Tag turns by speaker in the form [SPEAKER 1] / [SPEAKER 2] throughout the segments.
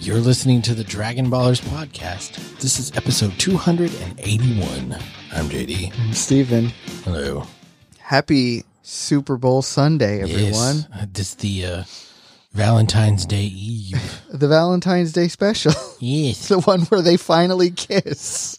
[SPEAKER 1] You're listening to the Dragon Ballers podcast. This is episode 281. I'm JD.
[SPEAKER 2] Steven,
[SPEAKER 1] Hello.
[SPEAKER 2] happy Super Bowl Sunday, everyone.
[SPEAKER 1] Yes, uh, this the uh, Valentine's Day Eve.
[SPEAKER 2] The Valentine's Day special,
[SPEAKER 1] yes.
[SPEAKER 2] the one where they finally kiss.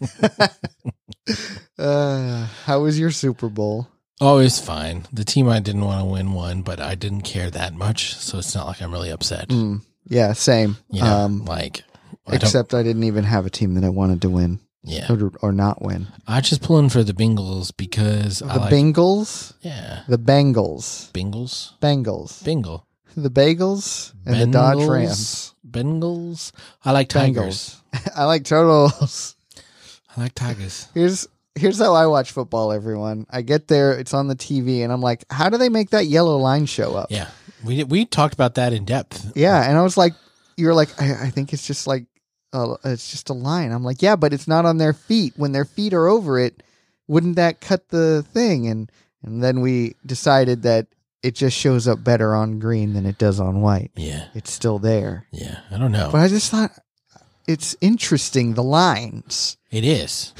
[SPEAKER 2] uh, how was your Super Bowl?
[SPEAKER 1] Oh, it's fine. The team I didn't want to win won, but I didn't care that much, so it's not like I'm really upset.
[SPEAKER 2] Mm, yeah, same.
[SPEAKER 1] You know,
[SPEAKER 2] um,
[SPEAKER 1] like, I don't,
[SPEAKER 2] except I didn't even have a team that I wanted to win
[SPEAKER 1] yeah,
[SPEAKER 2] or, or not win.
[SPEAKER 1] I just pulling for the Bengals because
[SPEAKER 2] The
[SPEAKER 1] I like,
[SPEAKER 2] Bengals,
[SPEAKER 1] yeah,
[SPEAKER 2] the Bengals,
[SPEAKER 1] Bengals,
[SPEAKER 2] Bengals,
[SPEAKER 1] Bengal,
[SPEAKER 2] the Bagels, and the Dodge
[SPEAKER 1] Bengals?
[SPEAKER 2] Rams.
[SPEAKER 1] Bengals. I like tigers.
[SPEAKER 2] Bengals. I like turtles.
[SPEAKER 1] I like tigers.
[SPEAKER 2] Here's here's how I watch football, everyone. I get there, it's on the TV, and I'm like, how do they make that yellow line show up? Yeah,
[SPEAKER 1] Yeah, we did- we talked about that in depth.
[SPEAKER 2] and I was like, you're like, I, I think it's just like, uh, it's just a line. I'm like, yeah, but it's not on their feet. When their feet are over it, wouldn't that cut the thing? And and then we decided that it just shows up better on green than it does on white.
[SPEAKER 1] Yeah,
[SPEAKER 2] It's still there,
[SPEAKER 1] yeah. I don't know.
[SPEAKER 2] but I just thought it's interesting the lines.
[SPEAKER 1] It is.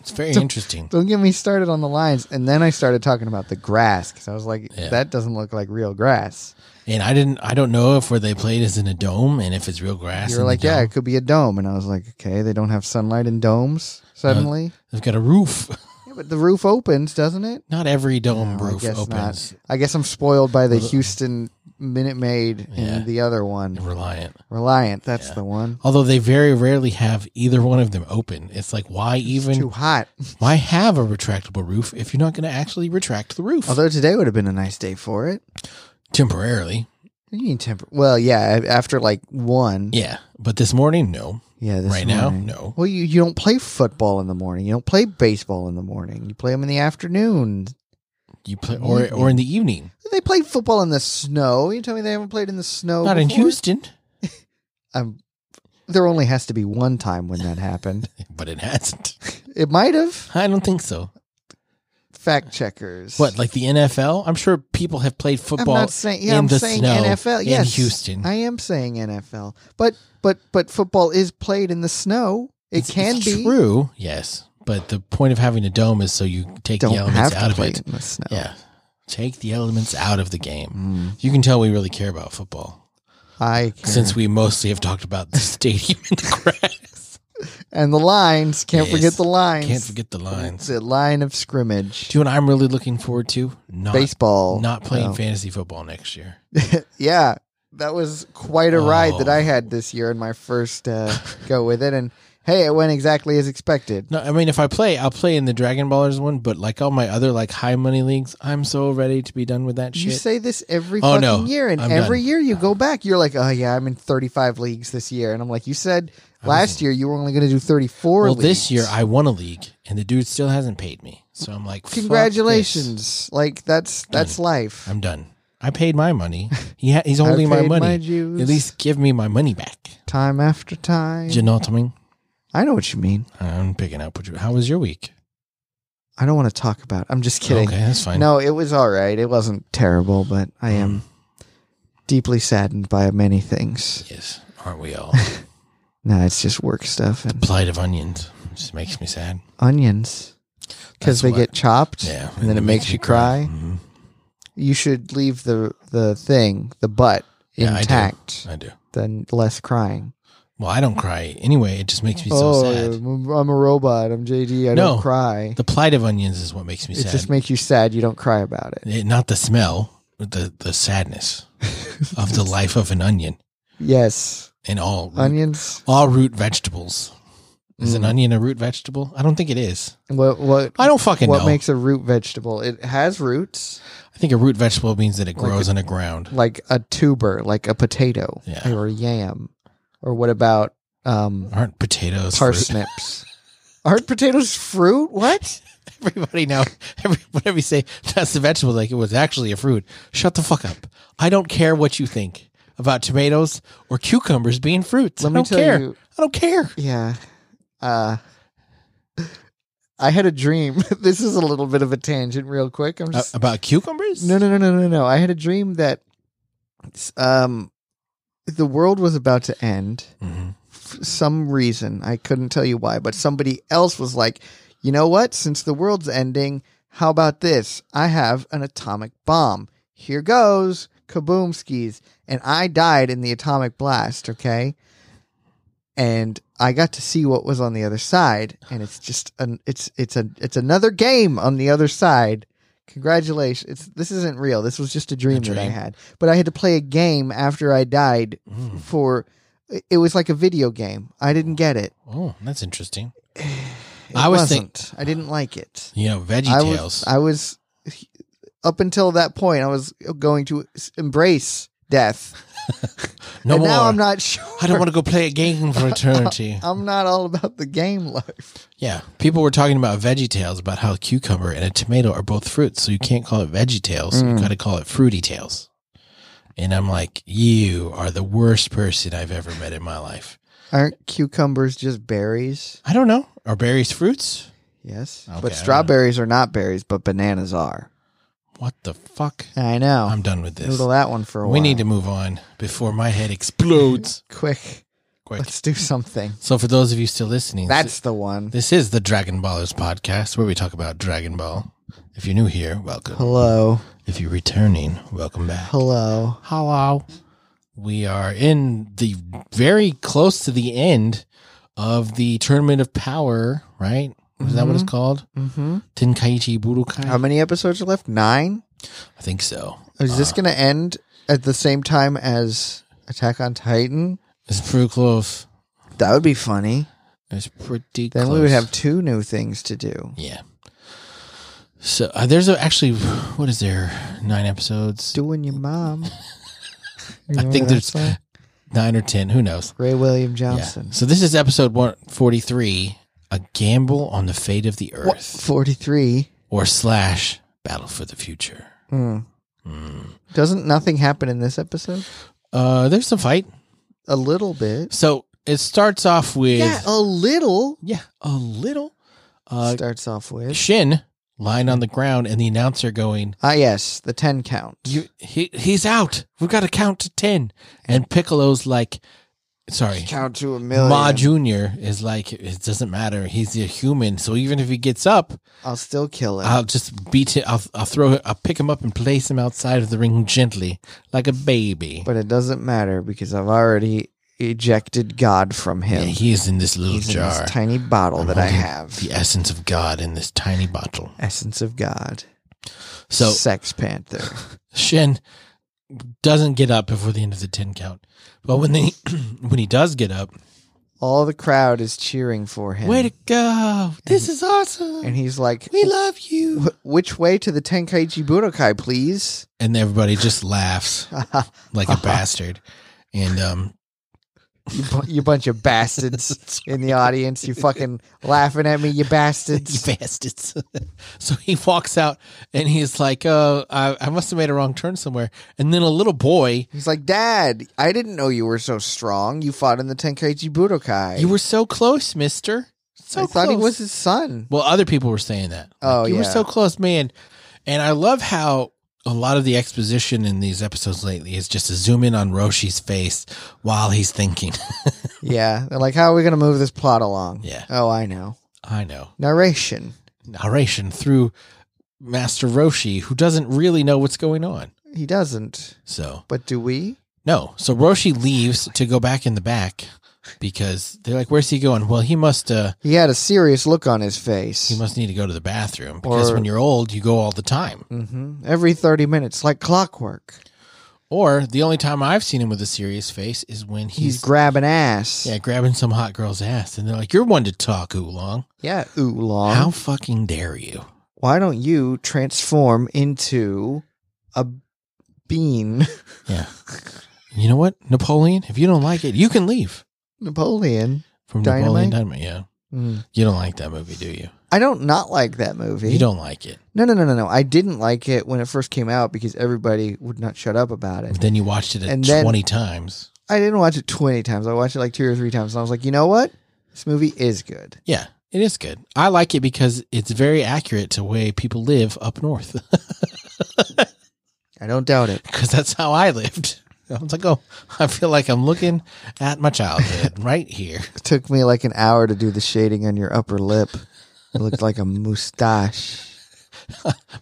[SPEAKER 1] It's very
[SPEAKER 2] So-
[SPEAKER 1] interesting.
[SPEAKER 2] Don't get me started on the lines. And then I started talking about the grass because I was like,
[SPEAKER 1] Yeah.
[SPEAKER 2] that doesn't look like real grass.
[SPEAKER 1] And I didn't. I don't know if where they played is in a dome and if it's real grass.
[SPEAKER 2] you were
[SPEAKER 1] in the
[SPEAKER 2] like, yeah,
[SPEAKER 1] dome.
[SPEAKER 2] it could be a dome. And I was like, okay, they don't have sunlight in
[SPEAKER 1] Uh,
[SPEAKER 2] domes suddenly.
[SPEAKER 1] they've got a roof.
[SPEAKER 2] yeah, but the roof opens, doesn't it?
[SPEAKER 1] Not every dome
[SPEAKER 2] No, I
[SPEAKER 1] roof
[SPEAKER 2] guess not.
[SPEAKER 1] opens.
[SPEAKER 2] I guess I'm spoiled by the
[SPEAKER 1] Well, the-
[SPEAKER 2] Houston Minute Maid
[SPEAKER 1] Yeah.
[SPEAKER 2] and the other one,
[SPEAKER 1] Reliant.
[SPEAKER 2] Reliant. That's
[SPEAKER 1] Yeah.
[SPEAKER 2] the one.
[SPEAKER 1] Although they very rarely have either one of them open. It's like why
[SPEAKER 2] It's too
[SPEAKER 1] even
[SPEAKER 2] hot.
[SPEAKER 1] why have a retractable roof if you're not going to actually retract the roof
[SPEAKER 2] Although today would have been a nice day for it.
[SPEAKER 1] temporarily?
[SPEAKER 2] You need temper. Well, yeah, a- after like one.
[SPEAKER 1] Yeah, but this morning, no.
[SPEAKER 2] Yeah, this
[SPEAKER 1] right now,
[SPEAKER 2] morning.
[SPEAKER 1] no.
[SPEAKER 2] Well, you, you don't play football in the morning. You don't play baseball in the morning. You play them in the afternoon.
[SPEAKER 1] You play or or in the evening.
[SPEAKER 2] They play football in the snow. You tell me they haven't played in the snow.
[SPEAKER 1] not in
[SPEAKER 2] Oh, before?
[SPEAKER 1] Houston,
[SPEAKER 2] Um, there only has to be one time when that happened.
[SPEAKER 1] but it hasn't.
[SPEAKER 2] it might have.
[SPEAKER 1] I don't think so.
[SPEAKER 2] Fact checkers.
[SPEAKER 1] What, like the NFL? I'm sure people have played
[SPEAKER 2] I'm
[SPEAKER 1] football.
[SPEAKER 2] not saying. Yeah,
[SPEAKER 1] in
[SPEAKER 2] I'm
[SPEAKER 1] the
[SPEAKER 2] saying
[SPEAKER 1] snow
[SPEAKER 2] NFL.
[SPEAKER 1] in
[SPEAKER 2] Yes,
[SPEAKER 1] Houston.
[SPEAKER 2] I am saying NFL. But but but football is played in the snow. It
[SPEAKER 1] It's-
[SPEAKER 2] can
[SPEAKER 1] it's
[SPEAKER 2] be.
[SPEAKER 1] true, yes. But the point of having a dome is so you take
[SPEAKER 2] Don't
[SPEAKER 1] the
[SPEAKER 2] have
[SPEAKER 1] elements
[SPEAKER 2] to
[SPEAKER 1] out of
[SPEAKER 2] play
[SPEAKER 1] it.
[SPEAKER 2] in the snow.
[SPEAKER 1] Yeah, take the elements out of the game.
[SPEAKER 2] Mm,
[SPEAKER 1] You can tell we really care about football
[SPEAKER 2] I
[SPEAKER 1] since we mostly have talked about the stadium and the grass.
[SPEAKER 2] and the lines. Can't
[SPEAKER 1] Yes.
[SPEAKER 2] forget the lines.
[SPEAKER 1] Can't forget the lines.
[SPEAKER 2] It's a line of scrimmage.
[SPEAKER 1] Do you know what I'm really looking forward to? Not
[SPEAKER 2] Baseball.
[SPEAKER 1] not playing
[SPEAKER 2] No.
[SPEAKER 1] fantasy football next year.
[SPEAKER 2] yeah, that was quite a ride that
[SPEAKER 1] Oh.
[SPEAKER 2] I had this year in my first uh, go with it. And hey, it went exactly as expected.
[SPEAKER 1] No, I mean if I play, I'll play in the Dragon Ballers one, but like all my other like high money leagues, I'm so ready to be done with that
[SPEAKER 2] You
[SPEAKER 1] shit.
[SPEAKER 2] say this every
[SPEAKER 1] Oh,
[SPEAKER 2] fucking
[SPEAKER 1] no.
[SPEAKER 2] year, and
[SPEAKER 1] I'm
[SPEAKER 2] every
[SPEAKER 1] done.
[SPEAKER 2] year you go back. You're like, oh yeah, I'm in 35 leagues this year, and I'm like, you said last year you were only going to do 34.
[SPEAKER 1] well, this
[SPEAKER 2] leagues.
[SPEAKER 1] year I won a league and the dude still hasn't paid me. So I'm like, fuck this.
[SPEAKER 2] congratulations. Like that's that's life.
[SPEAKER 1] I'm done. I paid my money. He ha- he's holding
[SPEAKER 2] I
[SPEAKER 1] my
[SPEAKER 2] paid
[SPEAKER 1] money.
[SPEAKER 2] my dues
[SPEAKER 1] At least give me my money back.
[SPEAKER 2] time after time.
[SPEAKER 1] Do you know what I mean?
[SPEAKER 2] I know what you mean.
[SPEAKER 1] I'm picking up. What you, how was your week?
[SPEAKER 2] I don't want to talk about. It. I'm just kidding.
[SPEAKER 1] Okay, that's fine.
[SPEAKER 2] No, it was all right. It wasn't terrible, but I am
[SPEAKER 1] Mm.
[SPEAKER 2] deeply saddened by many things.
[SPEAKER 1] Yes, aren't we all?
[SPEAKER 2] No, it's just work stuff and
[SPEAKER 1] Plight of onions just makes me sad.
[SPEAKER 2] onions
[SPEAKER 1] That's
[SPEAKER 2] because they
[SPEAKER 1] what-
[SPEAKER 2] get chopped,
[SPEAKER 1] yeah,
[SPEAKER 2] and then it makes you cry.
[SPEAKER 1] Mhm.
[SPEAKER 2] You should leave the the thing, the butt
[SPEAKER 1] Yeah, I do.
[SPEAKER 2] intact,
[SPEAKER 1] I do.
[SPEAKER 2] then less crying.
[SPEAKER 1] Well, I don't cry anyway. It just makes me so
[SPEAKER 2] oh,
[SPEAKER 1] sad.
[SPEAKER 2] I'm- I'm a robot. I'm JD. I
[SPEAKER 1] No.
[SPEAKER 2] don't cry.
[SPEAKER 1] The plight of onions is what makes me
[SPEAKER 2] It
[SPEAKER 1] sad.
[SPEAKER 2] just makes you sad. You don't cry about it.
[SPEAKER 1] It- not the smell, but the, the sadness of the life of an onion
[SPEAKER 2] Yes,
[SPEAKER 1] and all root,
[SPEAKER 2] onions.
[SPEAKER 1] all root vegetables. Is an
[SPEAKER 2] Mm.
[SPEAKER 1] onion a root vegetable? I don't think it is.
[SPEAKER 2] What what
[SPEAKER 1] I don't fucking
[SPEAKER 2] what
[SPEAKER 1] know.
[SPEAKER 2] makes a root vegetable? It has roots.
[SPEAKER 1] I think a root vegetable means that it
[SPEAKER 2] Like
[SPEAKER 1] grows
[SPEAKER 2] a-
[SPEAKER 1] on the ground.
[SPEAKER 2] like a tuber, like a potato
[SPEAKER 1] Yeah.
[SPEAKER 2] or a yam, or what about um,
[SPEAKER 1] Aren't potatoes fruit?
[SPEAKER 2] parsnips? Aren't potatoes fruit? What?
[SPEAKER 1] Everybody now, every, whenever you say that's a vegetable, like it was actually a fruit, shut the fuck up. I don't care what you think about tomatoes or cucumbers being fruits.
[SPEAKER 2] Let
[SPEAKER 1] I
[SPEAKER 2] me
[SPEAKER 1] don't
[SPEAKER 2] tell
[SPEAKER 1] care.
[SPEAKER 2] you.
[SPEAKER 1] I don't care.
[SPEAKER 2] Yeah. Uh, I had a dream. this is a little bit of a tangent, real quick. I'm
[SPEAKER 1] Uh,
[SPEAKER 2] just
[SPEAKER 1] about cucumbers?
[SPEAKER 2] no, no, no, no, no, no. I had a dream that um, the world was about to end.
[SPEAKER 1] Mhm.
[SPEAKER 2] For some reason, I couldn't tell you why, but somebody else was like, you know what? Since the world's ending, how about this? I have an atomic bomb. Here goes, kaboom skis. And I died in the atomic blast, okay? And I got to see what was on the other side, and it's just an it's it's a it's another game on the other side. Congratulations! It's this isn't real. This was just a dream, that I
[SPEAKER 1] dream.
[SPEAKER 2] had, but I had to play a game after I died
[SPEAKER 1] Mm.
[SPEAKER 2] for it- it was like a video game. I didn't get it.
[SPEAKER 1] Oh, that's interesting.
[SPEAKER 2] It
[SPEAKER 1] I was think-
[SPEAKER 2] wasn't. I didn't like it.
[SPEAKER 1] You know, Veggie
[SPEAKER 2] I was
[SPEAKER 1] Tales.
[SPEAKER 2] I was up until that point I was going to s- embrace death.
[SPEAKER 1] no
[SPEAKER 2] and
[SPEAKER 1] more.
[SPEAKER 2] now I'm not sure.
[SPEAKER 1] I don't want to go play a game for eternity.
[SPEAKER 2] I'm not all about the game life.
[SPEAKER 1] yeah, people were talking about Veggie Tales about how a cucumber and a tomato are both fruits, so you can't call it Veggie Tales. You
[SPEAKER 2] Mm.
[SPEAKER 1] got to call it Fruity Tales. And I'm like, you are the worst person I've ever met in my life.
[SPEAKER 2] Aren't cucumbers just berries?
[SPEAKER 1] I don't know. Are berries fruits?
[SPEAKER 2] Yes.
[SPEAKER 1] Okay, I don't
[SPEAKER 2] but strawberries are not berries, but bananas are.
[SPEAKER 1] What the fuck?
[SPEAKER 2] I know.
[SPEAKER 1] I'm done with this.
[SPEAKER 2] Noodle that one for a while.
[SPEAKER 1] We need to move on before my head explodes.
[SPEAKER 2] quick.
[SPEAKER 1] Quick.
[SPEAKER 2] Let's do something.
[SPEAKER 1] So, for those of you still listening,
[SPEAKER 2] That's the one.
[SPEAKER 1] This is the Dragon Ballers podcast where we talk about Dragon Ball. If you're new here, welcome.
[SPEAKER 2] Hello.
[SPEAKER 1] If you're returning, welcome back.
[SPEAKER 2] Hello.
[SPEAKER 1] Hello. We are in the very close to the end of the Tournament of Power, right? Is that what it's called?
[SPEAKER 2] Mm-hmm.
[SPEAKER 1] Tenkaichi Budokai?
[SPEAKER 2] How many episodes are left? Nine?
[SPEAKER 1] I think so.
[SPEAKER 2] Is
[SPEAKER 1] Uh.
[SPEAKER 2] this going to end at the same time as Attack on Titan?
[SPEAKER 1] It's pretty close.
[SPEAKER 2] That would be funny.
[SPEAKER 1] It's pretty
[SPEAKER 2] Then
[SPEAKER 1] close.
[SPEAKER 2] we would have two new things to do.
[SPEAKER 1] Yeah. So uh, there's a, actually, what is there? Nine episodes?
[SPEAKER 2] Doing your mom.
[SPEAKER 1] I think there's nine or ten. Who knows?
[SPEAKER 2] Ray William
[SPEAKER 1] Yeah.
[SPEAKER 2] Johnson.
[SPEAKER 1] So this is episode 143, A Gamble on the Fate of the
[SPEAKER 2] What?
[SPEAKER 1] Earth,
[SPEAKER 2] 43.
[SPEAKER 1] or slash Battle for the Future.
[SPEAKER 2] Mm.
[SPEAKER 1] Mm.
[SPEAKER 2] Doesn't nothing happen in this episode?
[SPEAKER 1] Uh, there's some fight.
[SPEAKER 2] A little bit.
[SPEAKER 1] So it starts off with
[SPEAKER 2] Yeah, a little.
[SPEAKER 1] yeah, a little uh,
[SPEAKER 2] starts off with.
[SPEAKER 1] shin lying on the ground, and the announcer going,
[SPEAKER 2] Ah, yes, the 10 count.
[SPEAKER 1] "You he he's out. We've got to count to ten. And Piccolo's like, sorry.
[SPEAKER 2] count to a million.
[SPEAKER 1] Ma Junior is like it doesn't matter. He's a human, so even if he gets up,
[SPEAKER 2] I'll still kill it.
[SPEAKER 1] I'll just beat him. I'll, I'll throw. I'll pick him up and place him outside of the ring gently, like a baby.
[SPEAKER 2] but it doesn't matter because I've already ejected God from
[SPEAKER 1] Yeah,
[SPEAKER 2] him.
[SPEAKER 1] he is in this little
[SPEAKER 2] He's in
[SPEAKER 1] jar,
[SPEAKER 2] this tiny bottle
[SPEAKER 1] I'm
[SPEAKER 2] that I
[SPEAKER 1] holding
[SPEAKER 2] have.
[SPEAKER 1] the essence of God in this tiny bottle.
[SPEAKER 2] Essence of God.
[SPEAKER 1] So
[SPEAKER 2] Sex Panther.
[SPEAKER 1] Shin doesn't get up before the end of the ten count, but when they when he does get up,
[SPEAKER 2] All the crowd is cheering for him.
[SPEAKER 1] way to go! This is
[SPEAKER 2] and
[SPEAKER 1] awesome.
[SPEAKER 2] he's like,
[SPEAKER 1] We love you.
[SPEAKER 2] "Wh- which way to the Tenkaichi Budokai, please?
[SPEAKER 1] And everybody just laughs
[SPEAKER 2] you,
[SPEAKER 1] like a bastard. And um,
[SPEAKER 2] bu- you bunch of bastards in the audience. You fucking laughing at me,
[SPEAKER 1] you
[SPEAKER 2] you bastards.
[SPEAKER 1] bastards. so he walks out and he's like, oh, I, I must have made a wrong turn somewhere. And then a little boy,
[SPEAKER 2] He's like, Dad, I didn't know you were so strong. You fought in the Tenkaichi Budokai.
[SPEAKER 1] you were so close, mister. So
[SPEAKER 2] I thought he
[SPEAKER 1] close."
[SPEAKER 2] was his son.
[SPEAKER 1] Well, other people were saying that.
[SPEAKER 2] Oh,
[SPEAKER 1] You were
[SPEAKER 2] yeah.
[SPEAKER 1] so close, man. And I love how a lot of the exposition in these episodes lately is just to zoom in on Roshi's face while he's thinking.
[SPEAKER 2] Yeah. They're like, how are we going to move this plot along?
[SPEAKER 1] Yeah.
[SPEAKER 2] Oh, I know.
[SPEAKER 1] I know.
[SPEAKER 2] Narration.
[SPEAKER 1] Narration through Master Roshi, who doesn't really know what's going on.
[SPEAKER 2] He doesn't.
[SPEAKER 1] So.
[SPEAKER 2] But do we?
[SPEAKER 1] No. So Roshi leaves to go back in the back because they're like, "Where's he going?" Well, he must. uh
[SPEAKER 2] He had a serious look on his face.
[SPEAKER 1] He must need to go to the bathroom because
[SPEAKER 2] Or-
[SPEAKER 1] when you're old, you go all the time.
[SPEAKER 2] hmm Every 30 minutes, like clockwork.
[SPEAKER 1] Or the only time I've seen him with a serious face is when
[SPEAKER 2] He's,
[SPEAKER 1] he's,
[SPEAKER 2] grabbing ass.
[SPEAKER 1] yeah grabbing some hot girl's ass, and they're like, "You're one to talk, Oolong.
[SPEAKER 2] yeah. Oolong.
[SPEAKER 1] How fucking dare you?"
[SPEAKER 2] Why don't you transform into a bean?
[SPEAKER 1] Yeah. you know what, Napoleon? If you don't like it, you can leave
[SPEAKER 2] Napoleon.
[SPEAKER 1] from Napoleon Dynamite.
[SPEAKER 2] Dynamite?
[SPEAKER 1] Yeah.
[SPEAKER 2] Mm.
[SPEAKER 1] You don't like that movie, do you?
[SPEAKER 2] I don't not like that movie.
[SPEAKER 1] You don't like it.
[SPEAKER 2] No, no, no, no, no. I didn't like it when it first came out because everybody would not shut up about it.
[SPEAKER 1] Then you watched it
[SPEAKER 2] And then-
[SPEAKER 1] twenty times.
[SPEAKER 2] I didn't watch it 20 times. I watched it like two or three times. And I was like, you know what? This movie is good.
[SPEAKER 1] Yeah, it is good. I like it because it's very accurate to way people live up north
[SPEAKER 2] I don't doubt it.
[SPEAKER 1] because that's how I lived. I was like, oh, I feel like I'm looking at my childhood right here.
[SPEAKER 2] It took me like an hour to do the shading on your upper lip. It looked like a mustache.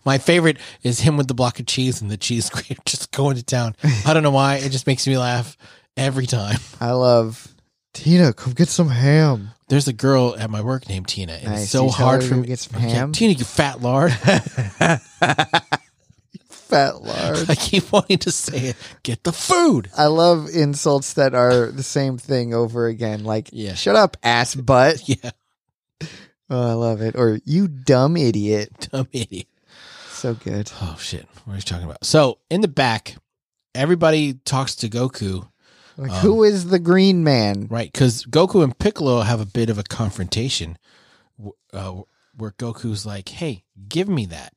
[SPEAKER 1] My favorite is him with the block of cheese and the cheese grater just going to town. I don't know why. It just makes me laugh every time.
[SPEAKER 2] I love Tina. Come get some ham.
[SPEAKER 1] There's a girl at my work named Tina, and
[SPEAKER 2] Nice.
[SPEAKER 1] it's so
[SPEAKER 2] You tell
[SPEAKER 1] hard
[SPEAKER 2] her
[SPEAKER 1] for
[SPEAKER 2] you
[SPEAKER 1] me.
[SPEAKER 2] Get some
[SPEAKER 1] I can't-
[SPEAKER 2] ham.
[SPEAKER 1] Tina, you fat lard.
[SPEAKER 2] Fat lard.
[SPEAKER 1] I keep wanting to say it. Get the food.
[SPEAKER 2] I love insults that are the same thing over again. Like,
[SPEAKER 1] Yeah.
[SPEAKER 2] shut up, ass butt.
[SPEAKER 1] Yeah,
[SPEAKER 2] Oh, I love it. Or you dumb idiot.
[SPEAKER 1] dumb idiot.
[SPEAKER 2] So good.
[SPEAKER 1] Oh shit! What are you talking about? So in the back, everybody talks to Goku,
[SPEAKER 2] Like,
[SPEAKER 1] Um,
[SPEAKER 2] who is the green man?
[SPEAKER 1] right? Because Goku and Piccolo have a bit of a confrontation, w- uh, where Goku's like, "Hey, give me that,"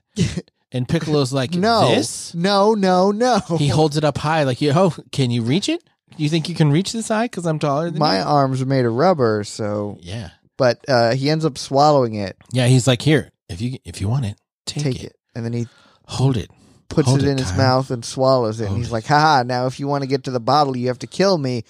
[SPEAKER 1] and Piccolo's like,
[SPEAKER 2] No.
[SPEAKER 1] this."
[SPEAKER 2] No, no, no.
[SPEAKER 1] He holds it up high, like, "Yo, can you reach it? You think you can reach this high? Because I'm taller than
[SPEAKER 2] My
[SPEAKER 1] you."
[SPEAKER 2] arms are made of rubber, so
[SPEAKER 1] Yeah,
[SPEAKER 2] but uh he ends up swallowing it.
[SPEAKER 1] yeah. He's like, "Here, if you if you want it, take,
[SPEAKER 2] Take
[SPEAKER 1] it.
[SPEAKER 2] it. And then he
[SPEAKER 1] hold it."
[SPEAKER 2] puts
[SPEAKER 1] Hold
[SPEAKER 2] it
[SPEAKER 1] it,
[SPEAKER 2] in his
[SPEAKER 1] Tyler.
[SPEAKER 2] mouth and swallows it. and
[SPEAKER 1] Hold
[SPEAKER 2] he's
[SPEAKER 1] it.
[SPEAKER 2] like, haha, now if you want to get to the bottle, you have to kill me.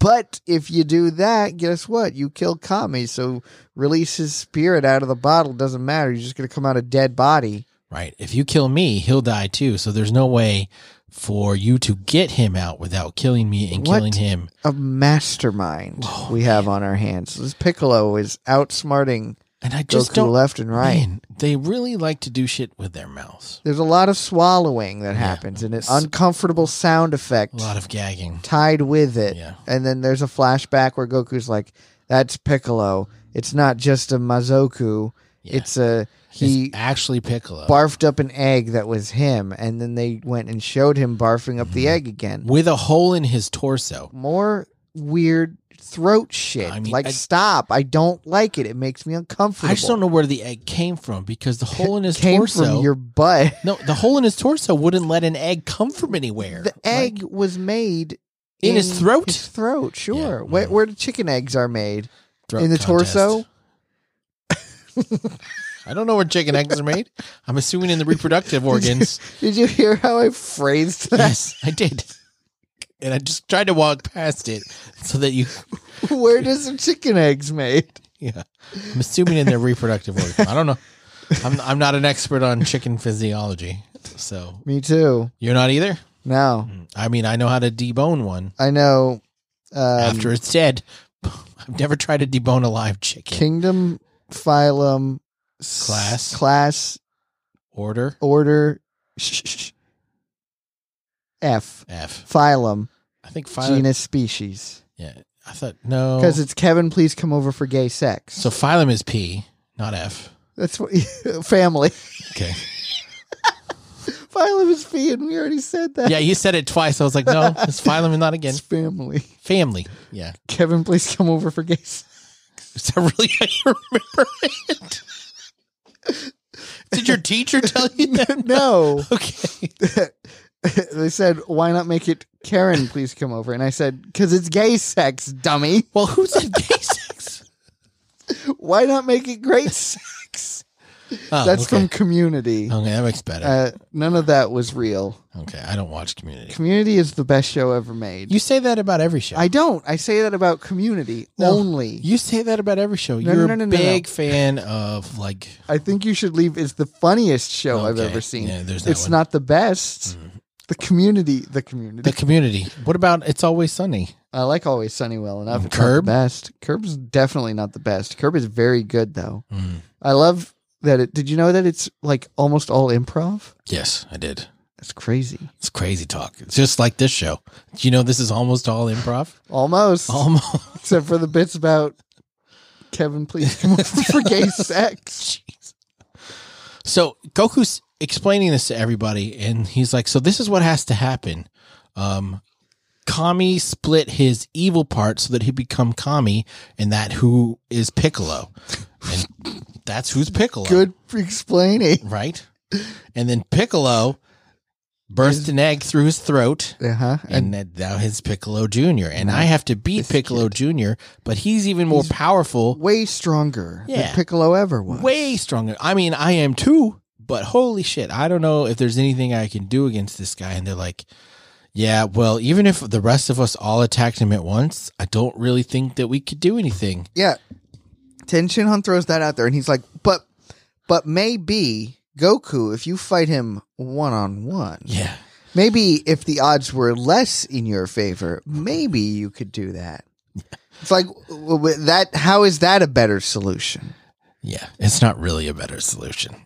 [SPEAKER 2] But if you do that, guess what? You kill Kami. So release his spirit out of the bottle. Doesn't matter. You're just going to come out a dead body.
[SPEAKER 1] Right. If you kill me, he'll die too. So there's no way for you to get him out without killing me and
[SPEAKER 2] What?
[SPEAKER 1] killing him.
[SPEAKER 2] A mastermind
[SPEAKER 1] Oh,
[SPEAKER 2] we have on our hands. This Piccolo is outsmarting
[SPEAKER 1] And I just
[SPEAKER 2] Goku
[SPEAKER 1] don't.
[SPEAKER 2] left and right.
[SPEAKER 1] Man, they really like to do shit with their mouths.
[SPEAKER 2] There's a lot of swallowing that
[SPEAKER 1] Yeah.
[SPEAKER 2] happens and an
[SPEAKER 1] S-
[SPEAKER 2] uncomfortable
[SPEAKER 1] A
[SPEAKER 2] sound effect
[SPEAKER 1] lot of gagging.
[SPEAKER 2] tied with it.
[SPEAKER 1] Yeah.
[SPEAKER 2] And then there's a flashback where Goku's like, "That's Piccolo. It's not just a Mazoku.
[SPEAKER 1] Yeah.
[SPEAKER 2] It's a he
[SPEAKER 1] It's actually Piccolo
[SPEAKER 2] barfed up an egg that was him." And then they went and showed him barfing up
[SPEAKER 1] Mm-hmm.
[SPEAKER 2] the egg again.
[SPEAKER 1] with a hole in his torso.
[SPEAKER 2] More weird throat shit.
[SPEAKER 1] I mean,
[SPEAKER 2] like,
[SPEAKER 1] I-
[SPEAKER 2] stop! I don't like it. It makes me uncomfortable.
[SPEAKER 1] I just don't know where the egg came from because the hole in his
[SPEAKER 2] Came
[SPEAKER 1] torso.
[SPEAKER 2] from your butt.
[SPEAKER 1] no, the hole in his torso wouldn't let an egg come from anywhere.
[SPEAKER 2] The egg was made
[SPEAKER 1] In his throat?
[SPEAKER 2] His throat, sure.
[SPEAKER 1] Yeah,
[SPEAKER 2] Where,
[SPEAKER 1] mm.
[SPEAKER 2] where the chicken eggs are made.
[SPEAKER 1] throat
[SPEAKER 2] in the
[SPEAKER 1] contest.
[SPEAKER 2] torso?
[SPEAKER 1] I don't know where chicken eggs are made. I'm assuming in the reproductive organs.
[SPEAKER 2] Did you hear how I phrased that?
[SPEAKER 1] Yes, I did. And I just tried to walk past it so that you,
[SPEAKER 2] Where does the chicken eggs made?
[SPEAKER 1] yeah. I'm assuming in their reproductive organ. I don't know. I'm I'm not an expert on chicken physiology, so
[SPEAKER 2] Me too.
[SPEAKER 1] you're not either.
[SPEAKER 2] No,
[SPEAKER 1] I mean, I know how to debone one
[SPEAKER 2] I know. Um,
[SPEAKER 1] after it's dead. I've never tried to debone a live chicken.
[SPEAKER 2] kingdom, phylum, s-
[SPEAKER 1] Class.
[SPEAKER 2] class,
[SPEAKER 1] Order
[SPEAKER 2] order, sh- sh- sh- F,
[SPEAKER 1] F.
[SPEAKER 2] phylum,
[SPEAKER 1] I think phylum.
[SPEAKER 2] genus, species.
[SPEAKER 1] Yeah, I thought no.
[SPEAKER 2] Because it's Kevin. Please come over for gay sex.
[SPEAKER 1] Oh. So phylum is P, not F.
[SPEAKER 2] that's what family.
[SPEAKER 1] Okay.
[SPEAKER 2] Phylum is P, and we already said that.
[SPEAKER 1] Yeah, you said it twice. I was like, no, it's phylum and not again.
[SPEAKER 2] it's family.
[SPEAKER 1] Family. Yeah.
[SPEAKER 2] Kevin, please come over for gay sex.
[SPEAKER 1] Is that really how you remember it? Did your teacher tell you that?
[SPEAKER 2] No.
[SPEAKER 1] Okay.
[SPEAKER 2] they said, "Why not make it Karen? Please come over." And I said, "Because it's gay sex, dummy.
[SPEAKER 1] Well, who said gay sex?
[SPEAKER 2] Why not make it great sex?"
[SPEAKER 1] Oh,
[SPEAKER 2] That's
[SPEAKER 1] okay. Oh.
[SPEAKER 2] from Community.
[SPEAKER 1] Okay, that makes better.
[SPEAKER 2] Uh, none of that was real.
[SPEAKER 1] okay, I don't watch Community.
[SPEAKER 2] Community is the best show ever made.
[SPEAKER 1] You say that about every show.
[SPEAKER 2] I don't. I say that about Community
[SPEAKER 1] No.
[SPEAKER 2] only.
[SPEAKER 1] you say that about every show.
[SPEAKER 2] No,
[SPEAKER 1] You're
[SPEAKER 2] no, no,
[SPEAKER 1] a
[SPEAKER 2] no, no,
[SPEAKER 1] big fan of like.
[SPEAKER 2] I think you should leave. Is the funniest show I've
[SPEAKER 1] okay,
[SPEAKER 2] ever seen.
[SPEAKER 1] Yeah, there's that
[SPEAKER 2] it's
[SPEAKER 1] one.
[SPEAKER 2] not the best.
[SPEAKER 1] Mm.
[SPEAKER 2] The Community. The Community.
[SPEAKER 1] the Community. What about It's Always Sunny?
[SPEAKER 2] I like Always Sunny well enough.
[SPEAKER 1] Mm,
[SPEAKER 2] It's not the
[SPEAKER 1] Curb?
[SPEAKER 2] best. Curb's definitely not the best. Curb is very good though.
[SPEAKER 1] Mm.
[SPEAKER 2] I love that it did you know that it's like almost all improv?
[SPEAKER 1] Yes, I did.
[SPEAKER 2] That's crazy.
[SPEAKER 1] It's crazy talk. It's just like this show. Do you know this is almost all improv?
[SPEAKER 2] Almost.
[SPEAKER 1] Almost.
[SPEAKER 2] Except for the bits about Kevin please come over for gay sex.
[SPEAKER 1] Jeez. So Goku's explaining this to everybody, and he's like, "So this is what has to happen. Um, Kami split his evil part so that he become Kami, and that who is Piccolo, and that's who's Piccolo,
[SPEAKER 2] Good for explaining.
[SPEAKER 1] right? And then Piccolo burst an egg through his throat."
[SPEAKER 2] Uh-huh.
[SPEAKER 1] And
[SPEAKER 2] And
[SPEAKER 1] that now his Piccolo Junior, and I have to beat
[SPEAKER 2] This
[SPEAKER 1] Piccolo Junior, but he's even more powerful
[SPEAKER 2] way stronger than
[SPEAKER 1] Yeah.
[SPEAKER 2] Piccolo ever was.
[SPEAKER 1] way stronger. I mean, I am too, but holy shit, I don't know if there's anything I can do against this guy. And they're like, Yeah, well, even if the rest of us all attacked him at once, I don't really think that we could do anything.
[SPEAKER 2] Yeah. Ten Shinhan throws that out there and he's like, but but maybe Goku, if you fight him one on one,
[SPEAKER 1] Yeah.
[SPEAKER 2] maybe if the odds were less in your favor, maybe you could do that. It's like w- w- that. How is that a better solution?
[SPEAKER 1] Yeah. It's not really a better solution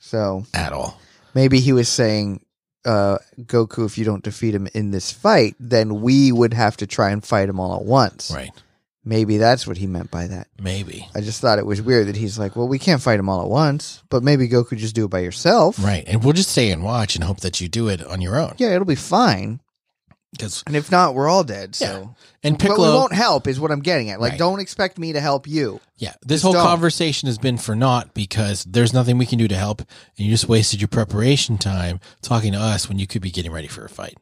[SPEAKER 2] So
[SPEAKER 1] at all.
[SPEAKER 2] maybe he was saying, uh, Goku, if you don't defeat him in this fight, then we would have to try and fight him all at once.
[SPEAKER 1] Right.
[SPEAKER 2] Maybe that's what he meant by that.
[SPEAKER 1] Maybe.
[SPEAKER 2] I just thought it was weird that he's like, well, we can't fight him all at once, but maybe Goku just do it by yourself.
[SPEAKER 1] Right. And we'll just stay and watch and hope that you do it on your own.
[SPEAKER 2] Yeah, it'll be fine.
[SPEAKER 1] 'Cause-
[SPEAKER 2] And if not, we're all dead. So.
[SPEAKER 1] Yeah. and
[SPEAKER 2] But we
[SPEAKER 1] Piccolo
[SPEAKER 2] won't help, is what I'm getting at. Like,
[SPEAKER 1] Right.
[SPEAKER 2] don't expect me to help you.
[SPEAKER 1] Yeah, this
[SPEAKER 2] Just
[SPEAKER 1] whole
[SPEAKER 2] don't.
[SPEAKER 1] conversation has been for naught because there's nothing we can do to help, and you just wasted your preparation time talking to us when you could be getting ready for a fight.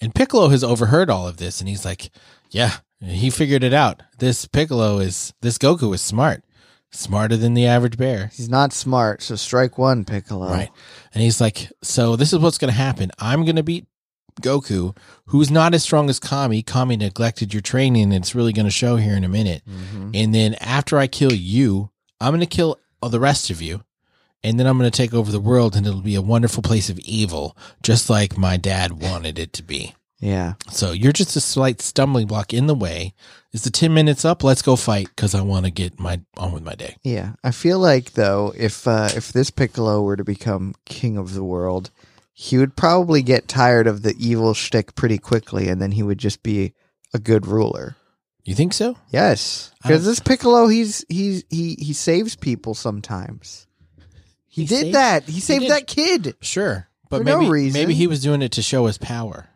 [SPEAKER 1] And Piccolo has overheard all of this, and he's like, "Yeah, he figured it out. This Piccolo is this Goku is smart, smarter than the average bear."
[SPEAKER 2] He's not smart, so strike one, Piccolo.
[SPEAKER 1] Right. And he's like, so this is what's going to happen. I'm going to beat Goku, who's not as strong as Kami. Kami neglected your training, and it's really going to show here in a minute. And then after I kill you, I'm going to kill all the rest of you. And then I'm going to take over the world, and it'll be a wonderful place of evil, just like my dad wanted it to be.
[SPEAKER 2] Yeah.
[SPEAKER 1] So you're just a slight stumbling block in the way. Is the 10 minutes up? Let's go fight because I want to get my on with my day.
[SPEAKER 2] Yeah. I feel like though, if uh, if this Piccolo were to become king of the world, he would probably get tired of the evil shtick pretty quickly, and then he would just be a good ruler.
[SPEAKER 1] You think so?
[SPEAKER 2] Yes,
[SPEAKER 1] I don't-
[SPEAKER 2] because this Piccolo, he's he's he he saves people sometimes. He,
[SPEAKER 1] He
[SPEAKER 2] did
[SPEAKER 1] saved-
[SPEAKER 2] that. He saved
[SPEAKER 1] did.
[SPEAKER 2] that kid.
[SPEAKER 1] Sure. But
[SPEAKER 2] For no
[SPEAKER 1] maybe,
[SPEAKER 2] reason.
[SPEAKER 1] maybe he was doing it to show his power.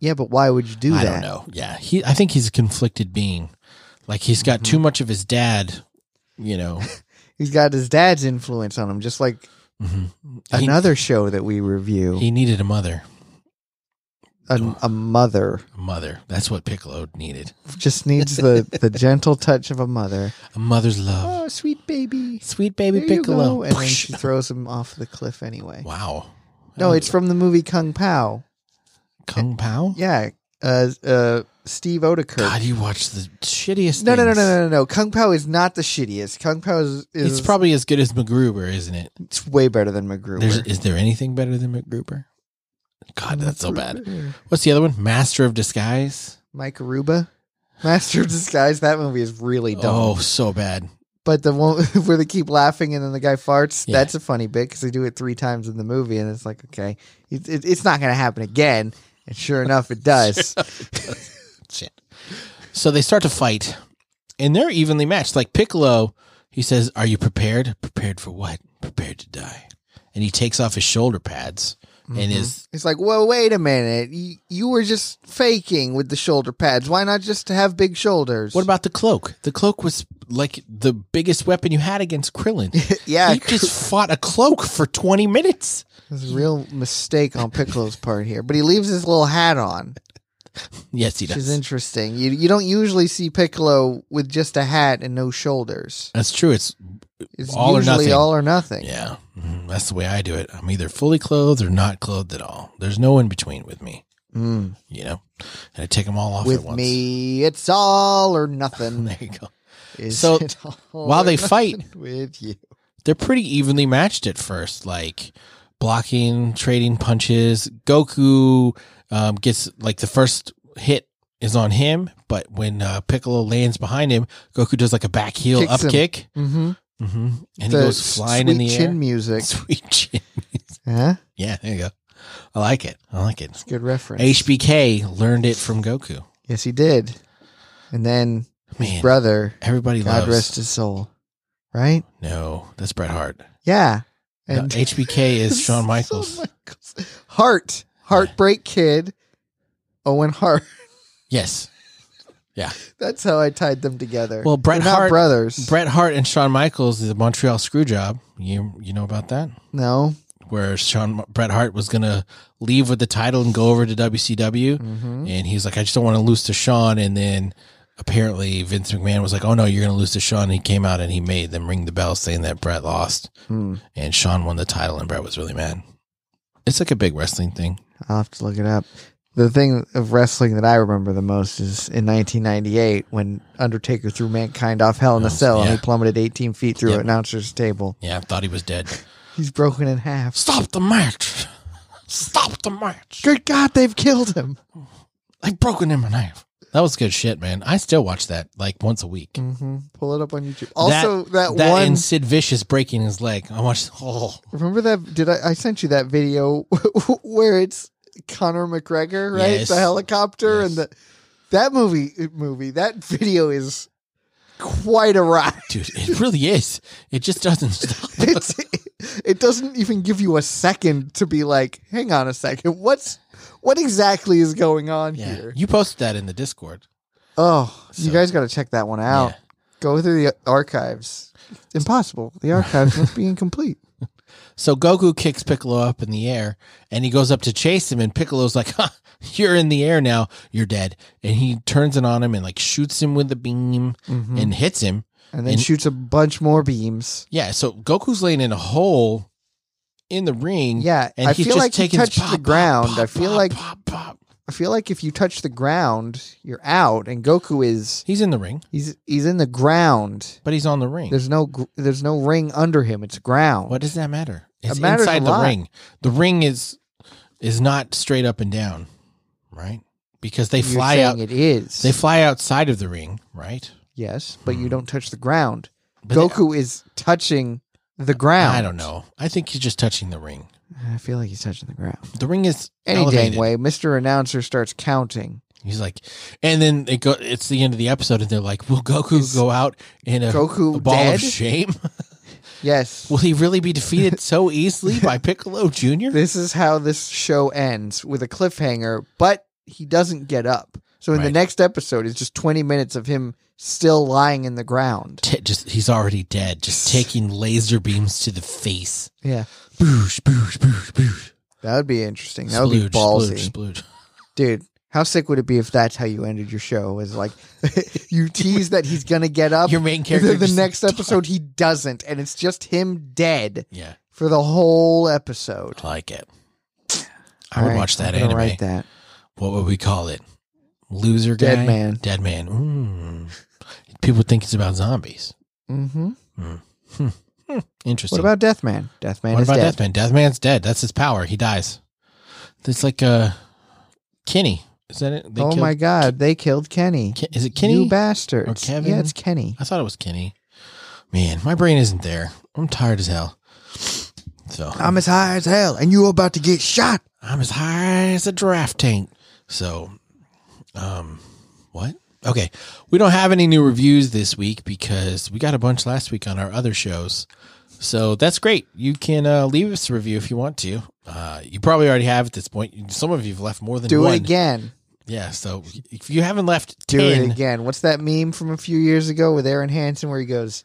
[SPEAKER 2] Yeah, but why would you do
[SPEAKER 1] I
[SPEAKER 2] that?
[SPEAKER 1] don't know. Yeah, he. I think he's a conflicted being. Like he's got too
[SPEAKER 2] Mm-hmm.
[SPEAKER 1] much of his dad. You know,
[SPEAKER 2] He's got his dad's influence on him, just like
[SPEAKER 1] Mhm. He-
[SPEAKER 2] another show that we review,
[SPEAKER 1] He needed a mother.
[SPEAKER 2] a, a mother
[SPEAKER 1] A mother. That's what Piccolo needed.
[SPEAKER 2] just needs the, the gentle touch of a mother.
[SPEAKER 1] A mother's love.
[SPEAKER 2] Oh, sweet baby,
[SPEAKER 1] Sweet baby
[SPEAKER 2] There you
[SPEAKER 1] Piccolo.
[SPEAKER 2] go. and then she throws him off the cliff anyway.
[SPEAKER 1] wow. Um,
[SPEAKER 2] No, it's from the movie Kung Pao.
[SPEAKER 1] Kung Pao.
[SPEAKER 2] Yeah, uh, uh, Steve Odekirk.
[SPEAKER 1] God, you watch the shittiest.
[SPEAKER 2] no, no, no, no,
[SPEAKER 1] things.
[SPEAKER 2] no, no, no. Kung Pao is not the shittiest. Kung Pao is, is
[SPEAKER 1] It's probably as good as MacGruber, isn't it?
[SPEAKER 2] it's way better than
[SPEAKER 1] There's,
[SPEAKER 2] MacGruber.
[SPEAKER 1] is there anything better than MacGruber? God, that's so bad. What's the other one? Master of Disguise.
[SPEAKER 2] Mike Aruba, Master of Disguise. That movie is really dumb.
[SPEAKER 1] Oh, so bad.
[SPEAKER 2] But the one where they keep laughing and then the guy farts,
[SPEAKER 1] Yeah.
[SPEAKER 2] that's a funny bit because they do it three times in the movie, and it's like, okay, it, it, it's not going to happen again. And sure enough, it does.
[SPEAKER 1] Shit. So they start to fight, and they're evenly matched. Like Piccolo, he says, "Are you prepared? Prepared for what? Prepared to die." And he takes off his shoulder pads
[SPEAKER 2] Mm-hmm.
[SPEAKER 1] and is
[SPEAKER 2] It's like, well, wait a minute. You, you were just faking with the shoulder pads. Why not just have big shoulders?
[SPEAKER 1] what about the cloak? The cloak was like the biggest weapon you had against Krillin.
[SPEAKER 2] yeah,
[SPEAKER 1] he just fought a cloak for twenty minutes.
[SPEAKER 2] there's a real mistake on Piccolo's part here, but he leaves his little hat on,
[SPEAKER 1] Yes, he
[SPEAKER 2] which
[SPEAKER 1] does.
[SPEAKER 2] is interesting. You you don't usually see Piccolo with just a hat and no shoulders.
[SPEAKER 1] That's true. It's
[SPEAKER 2] It's
[SPEAKER 1] All or
[SPEAKER 2] usually
[SPEAKER 1] nothing.
[SPEAKER 2] all or nothing.
[SPEAKER 1] yeah. Mhm. That's the way I do it. I'm either fully clothed or not clothed at all. There's no in between with me.
[SPEAKER 2] Mm.
[SPEAKER 1] You know, and I take them all off at
[SPEAKER 2] With
[SPEAKER 1] once.
[SPEAKER 2] me, it's all or nothing.
[SPEAKER 1] There you go.
[SPEAKER 2] Is
[SPEAKER 1] So,
[SPEAKER 2] it all
[SPEAKER 1] while
[SPEAKER 2] or
[SPEAKER 1] they fight-
[SPEAKER 2] nothing with you,
[SPEAKER 1] they're pretty evenly matched at first, like blocking, trading punches. Goku um, gets like the first hit is on him, but when uh, Piccolo lands behind him, Goku does like a back heel
[SPEAKER 2] Kicks
[SPEAKER 1] up
[SPEAKER 2] him.
[SPEAKER 1] kick,
[SPEAKER 2] mm-hmm.
[SPEAKER 1] hmm and he goes flying in the
[SPEAKER 2] chin
[SPEAKER 1] air.
[SPEAKER 2] music.
[SPEAKER 1] Sweet chin.
[SPEAKER 2] Huh?
[SPEAKER 1] Yeah, there you go. I like it. I like it.
[SPEAKER 2] Good reference.
[SPEAKER 1] HBK learned it from Goku.
[SPEAKER 2] yes, he did. And then his
[SPEAKER 1] Man,
[SPEAKER 2] brother,
[SPEAKER 1] everybody
[SPEAKER 2] God
[SPEAKER 1] loves.
[SPEAKER 2] rest his soul, right?
[SPEAKER 1] no, that's Bret Hart.
[SPEAKER 2] Yeah.
[SPEAKER 1] No,
[SPEAKER 2] And
[SPEAKER 1] HBK is Shawn Michaels.
[SPEAKER 2] Shawn Michaels. Heart, heartbreak kid, Owen Hart.
[SPEAKER 1] Yes,
[SPEAKER 2] That's how I tied them together.
[SPEAKER 1] Well, Bret
[SPEAKER 2] They're not
[SPEAKER 1] Hart-
[SPEAKER 2] brothers.
[SPEAKER 1] Bret Hart and Shawn Michaels the Montreal Screwjob. You you know about that?
[SPEAKER 2] no.
[SPEAKER 1] Where Shawn Bret Hart was gonna leave with the title and go over to WCW,
[SPEAKER 2] Mm-hmm.
[SPEAKER 1] and he's like, I just don't want to lose to Shawn. And then apparently Vince McMahon was like, Oh no, you're gonna lose to Shawn. And he came out and he made them ring the bell saying that Bret
[SPEAKER 2] Mm-hmm.
[SPEAKER 1] lost, and Shawn won the title, and Bret was really mad. It's like a big wrestling thing.
[SPEAKER 2] I'll have to look it up. The thing of wrestling that I remember the most is in 1998 when Undertaker threw Mankind off Hell in a
[SPEAKER 1] Oh,
[SPEAKER 2] Cell and
[SPEAKER 1] yeah.
[SPEAKER 2] he plummeted 18 feet through
[SPEAKER 1] Yep.
[SPEAKER 2] an announcer's table.
[SPEAKER 1] Yeah, I thought he was dead.
[SPEAKER 2] He's broken in half.
[SPEAKER 1] Stop the match. Stop the match.
[SPEAKER 2] Good God, they've killed him.
[SPEAKER 1] Like broken him in half. That was good shit, man. I still watch that like once a week.
[SPEAKER 2] hmm Pull it up on YouTube. Also, that,
[SPEAKER 1] Mm-hmm. that
[SPEAKER 2] one.
[SPEAKER 1] and Sid Vicious breaking his leg. I watched. Oh,
[SPEAKER 2] remember that? Did I? I sent you that video where it's Conor McGregor, right?
[SPEAKER 1] Yes.
[SPEAKER 2] The helicopter and
[SPEAKER 1] Yes.
[SPEAKER 2] the that movie. Movie that video is quite a ride.
[SPEAKER 1] dude, it really is. It just doesn't stop.
[SPEAKER 2] it's, it doesn't even give you a second to be like, hang on a second, what's what exactly is going on
[SPEAKER 1] Yeah,
[SPEAKER 2] here?
[SPEAKER 1] you posted that in the Discord.
[SPEAKER 2] Oh, you
[SPEAKER 1] So-
[SPEAKER 2] guys got to check that one out.
[SPEAKER 1] Yeah.
[SPEAKER 2] Go through the archives. It's impossible. The archives must be incomplete.
[SPEAKER 1] So Goku kicks Piccolo up in the air, and he goes up to chase him, and Piccolo's like, "Huh, "You're in the air now. You're dead." And he turns it on him and like shoots him with the beam
[SPEAKER 2] Mhm.
[SPEAKER 1] and hits him.
[SPEAKER 2] And then
[SPEAKER 1] and-
[SPEAKER 2] shoots a bunch more beams.
[SPEAKER 1] Yeah, so Goku's laying in a hole in the ring.
[SPEAKER 2] Yeah,
[SPEAKER 1] and
[SPEAKER 2] I
[SPEAKER 1] he's
[SPEAKER 2] feel
[SPEAKER 1] just
[SPEAKER 2] like he
[SPEAKER 1] taking his
[SPEAKER 2] touched the
[SPEAKER 1] pop, pop,
[SPEAKER 2] ground.
[SPEAKER 1] pop,
[SPEAKER 2] I feel
[SPEAKER 1] pop,
[SPEAKER 2] like-
[SPEAKER 1] pop, pop.
[SPEAKER 2] I feel like if you touch the ground, you're out. And Goku is
[SPEAKER 1] he's in the ring,
[SPEAKER 2] he's he's in the ground.
[SPEAKER 1] but he's on the ring.
[SPEAKER 2] There's no gr- there's no ring under him. It's ground.
[SPEAKER 1] What does that matter? It's
[SPEAKER 2] matters a
[SPEAKER 1] inside the
[SPEAKER 2] lot.
[SPEAKER 1] ring. The ring is is not straight up and down, right? Because they
[SPEAKER 2] You're
[SPEAKER 1] fly
[SPEAKER 2] saying
[SPEAKER 1] out.
[SPEAKER 2] It is.
[SPEAKER 1] They fly outside of the ring, right?
[SPEAKER 2] Yes, but you don't touch the ground.
[SPEAKER 1] But
[SPEAKER 2] Goku is touching the ground.
[SPEAKER 1] I don't know. I think he's just touching the ring.
[SPEAKER 2] I feel like he's touching the ground.
[SPEAKER 1] The ring is
[SPEAKER 2] Any
[SPEAKER 1] elevated.
[SPEAKER 2] dang way, Mr. Announcer starts counting.
[SPEAKER 1] He's like, and then it go. It's the end of the episode, and they're like, "Will Goku
[SPEAKER 2] Is
[SPEAKER 1] go out in a,
[SPEAKER 2] Goku
[SPEAKER 1] a ball
[SPEAKER 2] dead?
[SPEAKER 1] of shame?
[SPEAKER 2] Yes.
[SPEAKER 1] Will he really be defeated so easily by Piccolo Junior?"
[SPEAKER 2] This is how this show ends with a cliffhanger, but he doesn't get up. So in the
[SPEAKER 1] Right.
[SPEAKER 2] next episode, it's just 20 minutes of him still lying in the ground.
[SPEAKER 1] T- just he's already dead. Just taking laser beams to the face.
[SPEAKER 2] Yeah.
[SPEAKER 1] Boosh, boosh, boosh, boosh.
[SPEAKER 2] That would be interesting. That would be
[SPEAKER 1] Splooge, splooge,
[SPEAKER 2] ballsy.
[SPEAKER 1] splooge.
[SPEAKER 2] Dude, how sick would it be if that's how you ended your show? Is like you tease that he's going to get up.
[SPEAKER 1] Your main
[SPEAKER 2] and
[SPEAKER 1] character.
[SPEAKER 2] then the
[SPEAKER 1] just-
[SPEAKER 2] next episode he doesn't and it's just him dead
[SPEAKER 1] Yeah,
[SPEAKER 2] for the whole episode
[SPEAKER 1] I like it. I would
[SPEAKER 2] All right,
[SPEAKER 1] watch that
[SPEAKER 2] I'm gonna
[SPEAKER 1] anime.
[SPEAKER 2] write that
[SPEAKER 1] What would we call it? Loser guy.
[SPEAKER 2] Dead man.
[SPEAKER 1] Dead man. Mm. People think it's about zombies.
[SPEAKER 2] mm-hmm.
[SPEAKER 1] Interesting.
[SPEAKER 2] what about deathman deathman
[SPEAKER 1] What
[SPEAKER 2] is
[SPEAKER 1] about
[SPEAKER 2] dead
[SPEAKER 1] Deathman? Deathman's dead. That's his power. He dies. It's like uh, Kenny. Is that it? They
[SPEAKER 2] oh
[SPEAKER 1] killed-
[SPEAKER 2] my god they killed kenny
[SPEAKER 1] Ken- is it Kenny?
[SPEAKER 2] you bastards
[SPEAKER 1] Or Kevin? Uh,
[SPEAKER 2] yeah it's kenny
[SPEAKER 1] I thought it was Kenny. Man, my brain isn't there. I'm tired as hell. So
[SPEAKER 2] i'm as high as hell and you about to get shot
[SPEAKER 1] I'm as high as a draft tank. So, um, what? Okay, we don't have any new reviews this week because we got a bunch last week on our other shows. So that's great. You can uh, leave us a review if you want to. Uh, you probably already have at this point. Some of you have left more than
[SPEAKER 2] do
[SPEAKER 1] one.
[SPEAKER 2] it again
[SPEAKER 1] Yeah. So if you haven't left
[SPEAKER 2] do
[SPEAKER 1] ten,
[SPEAKER 2] it again what's that meme from a few years ago with aaron hansen where he goes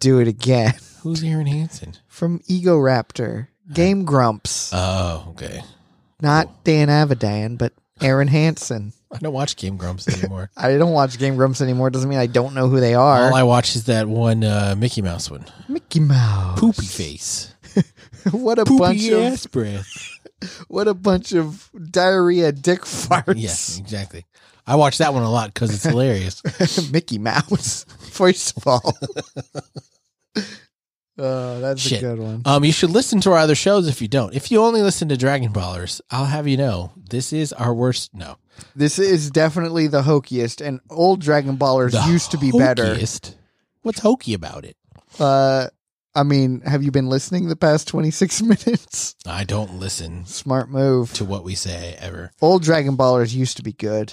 [SPEAKER 2] do it again
[SPEAKER 1] who's Aaron Hansen?
[SPEAKER 2] from ego raptor game grumps
[SPEAKER 1] Oh, okay. oh.
[SPEAKER 2] not dan avidan but aaron hansen
[SPEAKER 1] I don't watch Game Grumps anymore.
[SPEAKER 2] I don't watch Game Grumps anymore. Doesn't mean I don't know who they are.
[SPEAKER 1] All I watch is that one uh, Mickey Mouse one.
[SPEAKER 2] Mickey Mouse.
[SPEAKER 1] Poopy face.
[SPEAKER 2] what a bunch
[SPEAKER 1] Poopy ass breath.
[SPEAKER 2] of what a bunch of diarrhea dick
[SPEAKER 1] Yes,
[SPEAKER 2] farts.
[SPEAKER 1] exactly. I watch that one a lot because it's hilarious.
[SPEAKER 2] Mickey Mouse. First of all. oh, that's
[SPEAKER 1] Shit.
[SPEAKER 2] a good one.
[SPEAKER 1] Um, you should listen to our other shows if you don't. If you only listen to Dragon Ballers, I'll have you know this is our worst. No,
[SPEAKER 2] This is definitely the hokiest, and old Dragon Ballers
[SPEAKER 1] The
[SPEAKER 2] used to be better.
[SPEAKER 1] hokiest. What's hokey about it?
[SPEAKER 2] Uh, I mean, have you been listening the past twenty six minutes?
[SPEAKER 1] I don't listen
[SPEAKER 2] Smart move.
[SPEAKER 1] to what we say ever.
[SPEAKER 2] Old Dragon Ballers used to be good.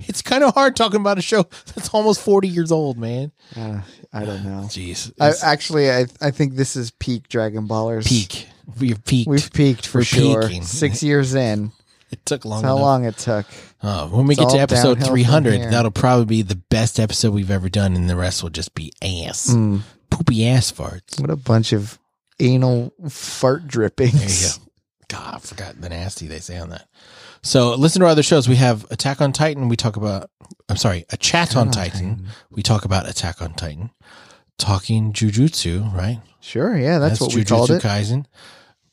[SPEAKER 1] It's kind of hard talking about a show that's almost forty years old, man.
[SPEAKER 2] Uh, I don't know.
[SPEAKER 1] Jeez,
[SPEAKER 2] I,
[SPEAKER 1] It's
[SPEAKER 2] actually, I I think this is peak Dragon Ballers.
[SPEAKER 1] peak. We've peaked.
[SPEAKER 2] We've peaked for
[SPEAKER 1] We're
[SPEAKER 2] sure.
[SPEAKER 1] peaking.
[SPEAKER 2] Six years in.
[SPEAKER 1] it took long
[SPEAKER 2] That's how
[SPEAKER 1] enough.
[SPEAKER 2] long it took.
[SPEAKER 1] Uh, when we
[SPEAKER 2] It's
[SPEAKER 1] get to
[SPEAKER 2] all
[SPEAKER 1] episode
[SPEAKER 2] downhill from
[SPEAKER 1] three
[SPEAKER 2] here.
[SPEAKER 1] hundred, that'll probably be the best episode we've ever done, and the rest will just be ass,
[SPEAKER 2] Mm.
[SPEAKER 1] poopy ass farts.
[SPEAKER 2] What a bunch of anal fart
[SPEAKER 1] There you
[SPEAKER 2] drippings.
[SPEAKER 1] go. God, I forgot the nasty they say on that. So listen to our other shows. We have Attack on Titan. We talk about, I'm sorry, A Chat on Titan. We talk about Attack on Titan. Talking Jujutsu, right?
[SPEAKER 2] Sure, yeah, that's, what we called it.
[SPEAKER 1] Kaisen.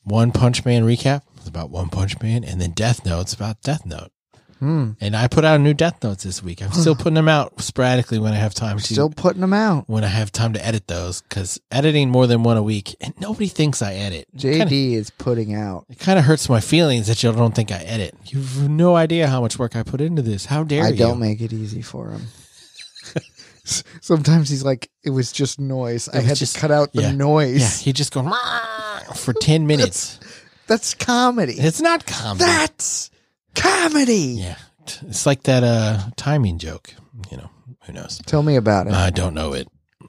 [SPEAKER 1] One Punch Man recap. is about One Punch Man, and then Death Note's about Death Note.
[SPEAKER 2] Hmm.
[SPEAKER 1] And I put out new Death Notes this week. I'm still putting them out sporadically when I have time to.
[SPEAKER 2] Still putting them out.
[SPEAKER 1] when I have time to edit those, because editing more than one a week, and nobody thinks I edit. It
[SPEAKER 2] JD
[SPEAKER 1] kinda-
[SPEAKER 2] is putting out.
[SPEAKER 1] It kind of hurts my feelings that you don't think I edit. You've no idea how much work I put into this. How dare
[SPEAKER 2] I
[SPEAKER 1] you?
[SPEAKER 2] don't make it easy for him. S- Sometimes he's like, it was just noise. I
[SPEAKER 1] was
[SPEAKER 2] had
[SPEAKER 1] just-
[SPEAKER 2] to cut out the
[SPEAKER 1] yeah.
[SPEAKER 2] noise.
[SPEAKER 1] yeah, he just going "Rah," for ten minutes.
[SPEAKER 2] That's comedy.
[SPEAKER 1] It's not comedy.
[SPEAKER 2] That's comedy.
[SPEAKER 1] yeah, it's like that uh timing joke. You know, who knows?
[SPEAKER 2] Tell me about it.
[SPEAKER 1] I don't know it.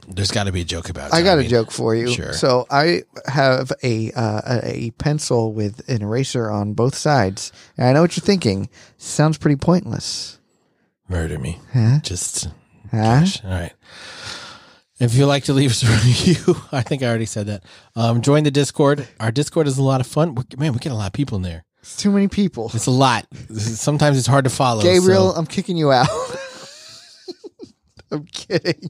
[SPEAKER 1] There's got to be a joke about.
[SPEAKER 2] I got a
[SPEAKER 1] timing.
[SPEAKER 2] joke for you.
[SPEAKER 1] Sure.
[SPEAKER 2] So I have a uh, a a pencil with an eraser on both sides, and I know what you're thinking. Sounds pretty pointless.
[SPEAKER 1] Murder me.
[SPEAKER 2] Huh?
[SPEAKER 1] Just
[SPEAKER 2] Huh?
[SPEAKER 1] Gosh, All right. If you'd like to leave us a review, I think I already said that. Um, join the Discord. Our Discord is a lot of fun. We, man, we get a lot of people in there.
[SPEAKER 2] It's too many people.
[SPEAKER 1] It's a lot. Sometimes it's hard to follow. so-
[SPEAKER 2] Gabriel, I'm kicking you out. I'm kidding.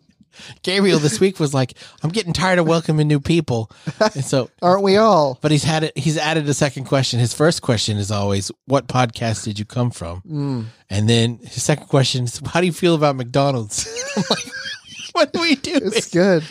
[SPEAKER 1] Gabriel this week was like, I'm getting tired of welcoming new people. And so,
[SPEAKER 2] Aren't we all?
[SPEAKER 1] but he's had it. He's added a second question. His first question is always, "What podcast did you come from?"
[SPEAKER 2] Mm.
[SPEAKER 1] And then his second question is, "How do you feel about McDonald's?" I'm like, what do we do?
[SPEAKER 2] It's good.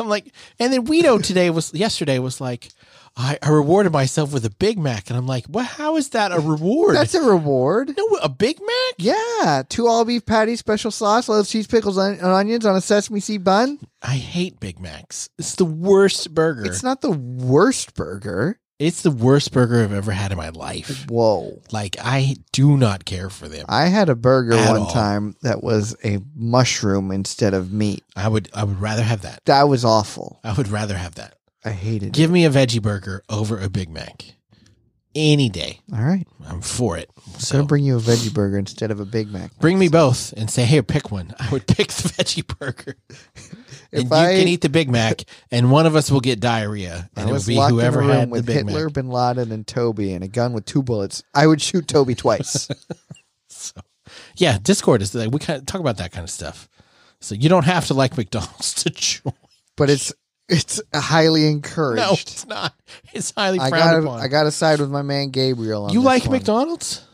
[SPEAKER 1] I'm like, and then Weedo today was yesterday was like, I, I rewarded myself with a Big Mac, and I'm like, well, how is that a reward?
[SPEAKER 2] That's a reward.
[SPEAKER 1] no, a Big Mac.
[SPEAKER 2] Yeah, two all beef patties, special sauce, loaves, cheese, pickles, on- and onions on a sesame seed bun.
[SPEAKER 1] I hate Big Macs. It's the worst burger.
[SPEAKER 2] It's
[SPEAKER 1] It's,
[SPEAKER 2] not the worst burger.
[SPEAKER 1] the worst burger I've ever had in my life.
[SPEAKER 2] Whoa.
[SPEAKER 1] Like I do not care for them.
[SPEAKER 2] I had a burger
[SPEAKER 1] At
[SPEAKER 2] one
[SPEAKER 1] all.
[SPEAKER 2] time that was a mushroom instead of meat.
[SPEAKER 1] I would I would rather have that.
[SPEAKER 2] That was awful.
[SPEAKER 1] I would rather have that.
[SPEAKER 2] I hated it.
[SPEAKER 1] Give me a veggie burger over a Big Mac any day.
[SPEAKER 2] All right.
[SPEAKER 1] I'm for it.
[SPEAKER 2] I'm going
[SPEAKER 1] So
[SPEAKER 2] to bring you a veggie burger instead of a Big Mac.
[SPEAKER 1] bring me both and say, here, pick one. I would pick the veggie burger.
[SPEAKER 2] If
[SPEAKER 1] and you
[SPEAKER 2] I,
[SPEAKER 1] can eat the Big Mac, and one of us will get diarrhea,
[SPEAKER 2] I
[SPEAKER 1] and it will
[SPEAKER 2] was
[SPEAKER 1] be
[SPEAKER 2] locked
[SPEAKER 1] whoever
[SPEAKER 2] in a room
[SPEAKER 1] had the
[SPEAKER 2] with
[SPEAKER 1] Big
[SPEAKER 2] Hitler,
[SPEAKER 1] Mac.
[SPEAKER 2] Bin Laden, and Toby and a gun with two bullets, I would shoot Toby twice.
[SPEAKER 1] Yeah, Discord is like we kind of talk about that kind of stuff. So you don't have to like McDonald's to join.
[SPEAKER 2] but it's it's highly
[SPEAKER 1] No,
[SPEAKER 2] encouraged.
[SPEAKER 1] it's not. It's highly
[SPEAKER 2] I
[SPEAKER 1] frowned
[SPEAKER 2] got
[SPEAKER 1] upon.
[SPEAKER 2] I got to side with my man Gabriel. On
[SPEAKER 1] you
[SPEAKER 2] this
[SPEAKER 1] like
[SPEAKER 2] one.
[SPEAKER 1] McDonald's?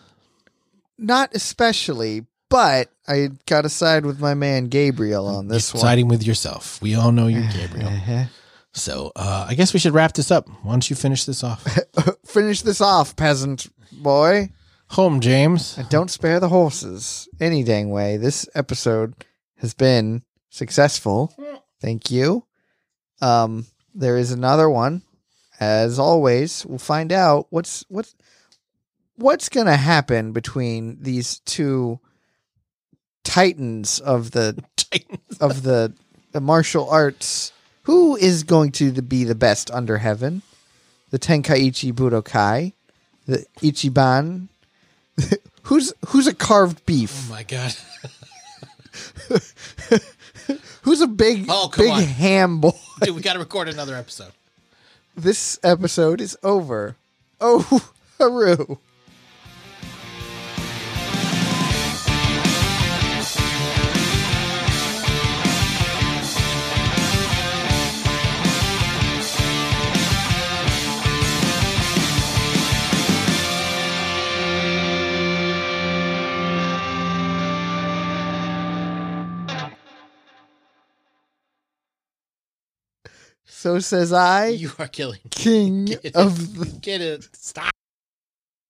[SPEAKER 2] Not especially, but I got to side with my man Gabriel on this
[SPEAKER 1] You're
[SPEAKER 2] one.
[SPEAKER 1] siding with yourself. We all know you, Gabriel.
[SPEAKER 2] Uh-huh.
[SPEAKER 1] so uh, I guess we should wrap this up. Why don't you finish this off?
[SPEAKER 2] Finish this off, peasant boy.
[SPEAKER 1] Home, James.
[SPEAKER 2] And don't spare the horses any dang way. This episode has been successful. Thank you. Um, there is another one. As always, we'll find out what's what's what's going to happen between these two titans of the
[SPEAKER 1] Oh
[SPEAKER 2] of the, the martial arts. Who is going to the- be the best under heaven? The Tenkaichi Budokai, the Ichiban. who's who's a carved beef?
[SPEAKER 1] my God.
[SPEAKER 2] Who's a big
[SPEAKER 1] Oh, come
[SPEAKER 2] big
[SPEAKER 1] on.
[SPEAKER 2] ham boy?
[SPEAKER 1] Dude, we got to record another episode.
[SPEAKER 2] This episode is over. Oh, hooroo. So says I.
[SPEAKER 1] You are killing.
[SPEAKER 2] king
[SPEAKER 1] Get it.
[SPEAKER 2] of the
[SPEAKER 1] Get it. Stop.